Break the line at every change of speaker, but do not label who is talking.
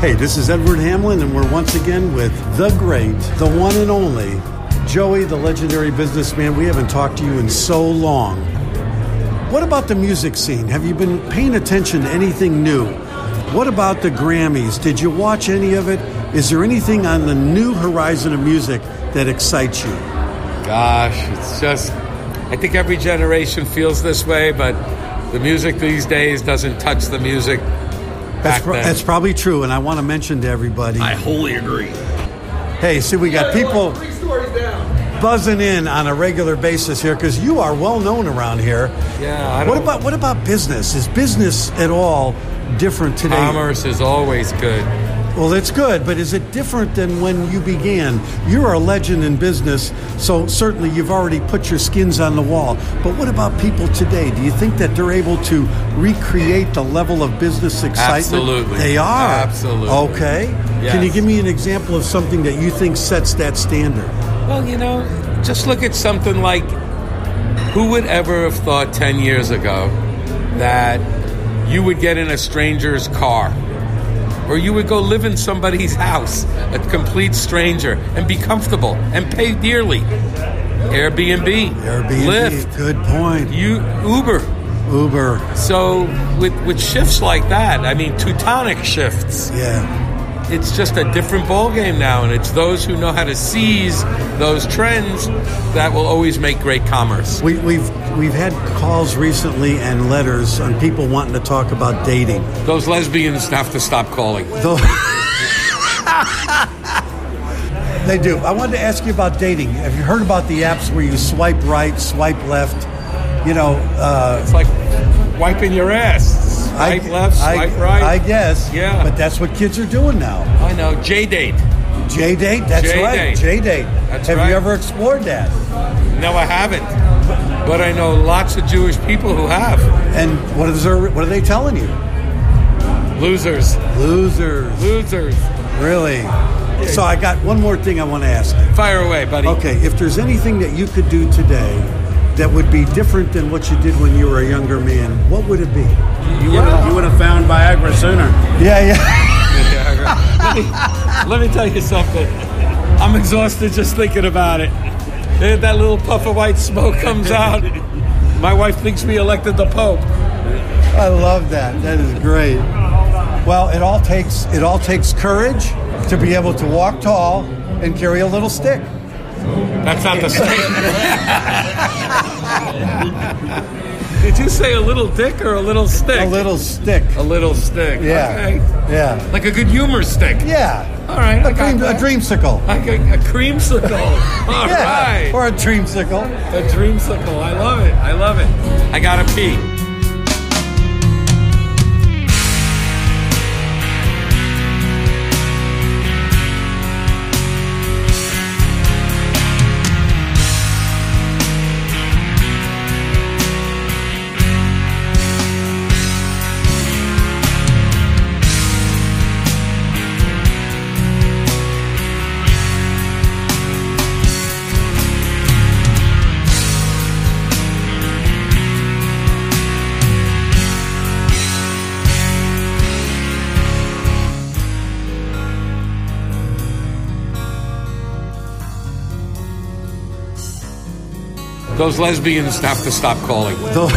Hey, this is Edward Hamlin, and we're once again with the great, the one and only Joey, the legendary businessman. We haven't talked to you in so long. What about the music scene? Have you been paying attention to anything new? What about the Grammys? Did you watch any of it? Is there anything on the new horizon of music that excites you?
Gosh, it's just, I think every generation feels this way, but the music these days doesn't touch the music
That's,
back
pro-
then.
that's probably true, and I want to mention to everybody.
I wholly agree.
Hey, see, we got people buzzing in on a regular basis here because you are well known around here.
Yeah, I
What
don't-
about what about business? Is business at all different today?
Commerce is always good.
Well, it's good, but is it different than when you began? You're a legend in business, so certainly you've already put your skins on the wall. But what about people today? Do you think that they're able to recreate the level of business excitement?
Absolutely.
They are.
Absolutely.
Okay. Can you
Yes.
give me an example of something that you think sets that standard?
Well, you know, just look at something like who would ever have thought 10 years ago that you would get in a stranger's car or you would go live in somebody's house, a complete stranger, and be comfortable and pay dearly? Airbnb,
Airbnb.
Lyft,
Good point.
you, Uber.
Uber.
So with with shifts like that, I mean Teutonic shifts,
Yeah.
it's just a different ballgame now, and it's those who know how to seize those trends that will always make great commerce.
We, we've we've had calls recently and letters on people wanting to talk about dating.
Those lesbians have to stop calling.
Though they do. I wanted to ask you about dating. Have you heard about the apps where you swipe right, swipe left? You know, uh,
It's like wiping your ass. Swipe left, swipe
I,
right.
I guess.
Yeah.
But that's what kids are doing now.
I know. J date.
J date. That's right.
J-date.
J date.
That's
Have
right.
you ever explored that?
No, I haven't. But I know lots of Jewish people who have.
And what is there, What are they telling you?
Losers.
Losers.
Losers.
Really? So I got one more thing I want to ask.
Fire away, buddy.
Okay, if there's anything that you could do today that would be different than what you did when you were a younger man, what would it be?
You would have, you would have found Viagra sooner.
Yeah, yeah.
let, me, let me tell you something. I'm exhausted just thinking about it. Eh, That little puff of white smoke comes out. My wife thinks we elected the Pope.
I love that. That is great. Well, it all takes it all takes courage to be able to walk tall and carry a little stick.
That's not the same. Did you say a little dick or a little stick?
A little stick.
A little stick.
Yeah.
Okay.
Yeah.
Like a good humor stick.
Yeah.
All right,
A
I got
dream a
that.
dreamsicle.
Like a, a creamsicle. All right.
Yeah. Or a dreamsicle.
A dreamsicle. I love it. I love it. I gotta pee. Those lesbians have to stop calling.
Though-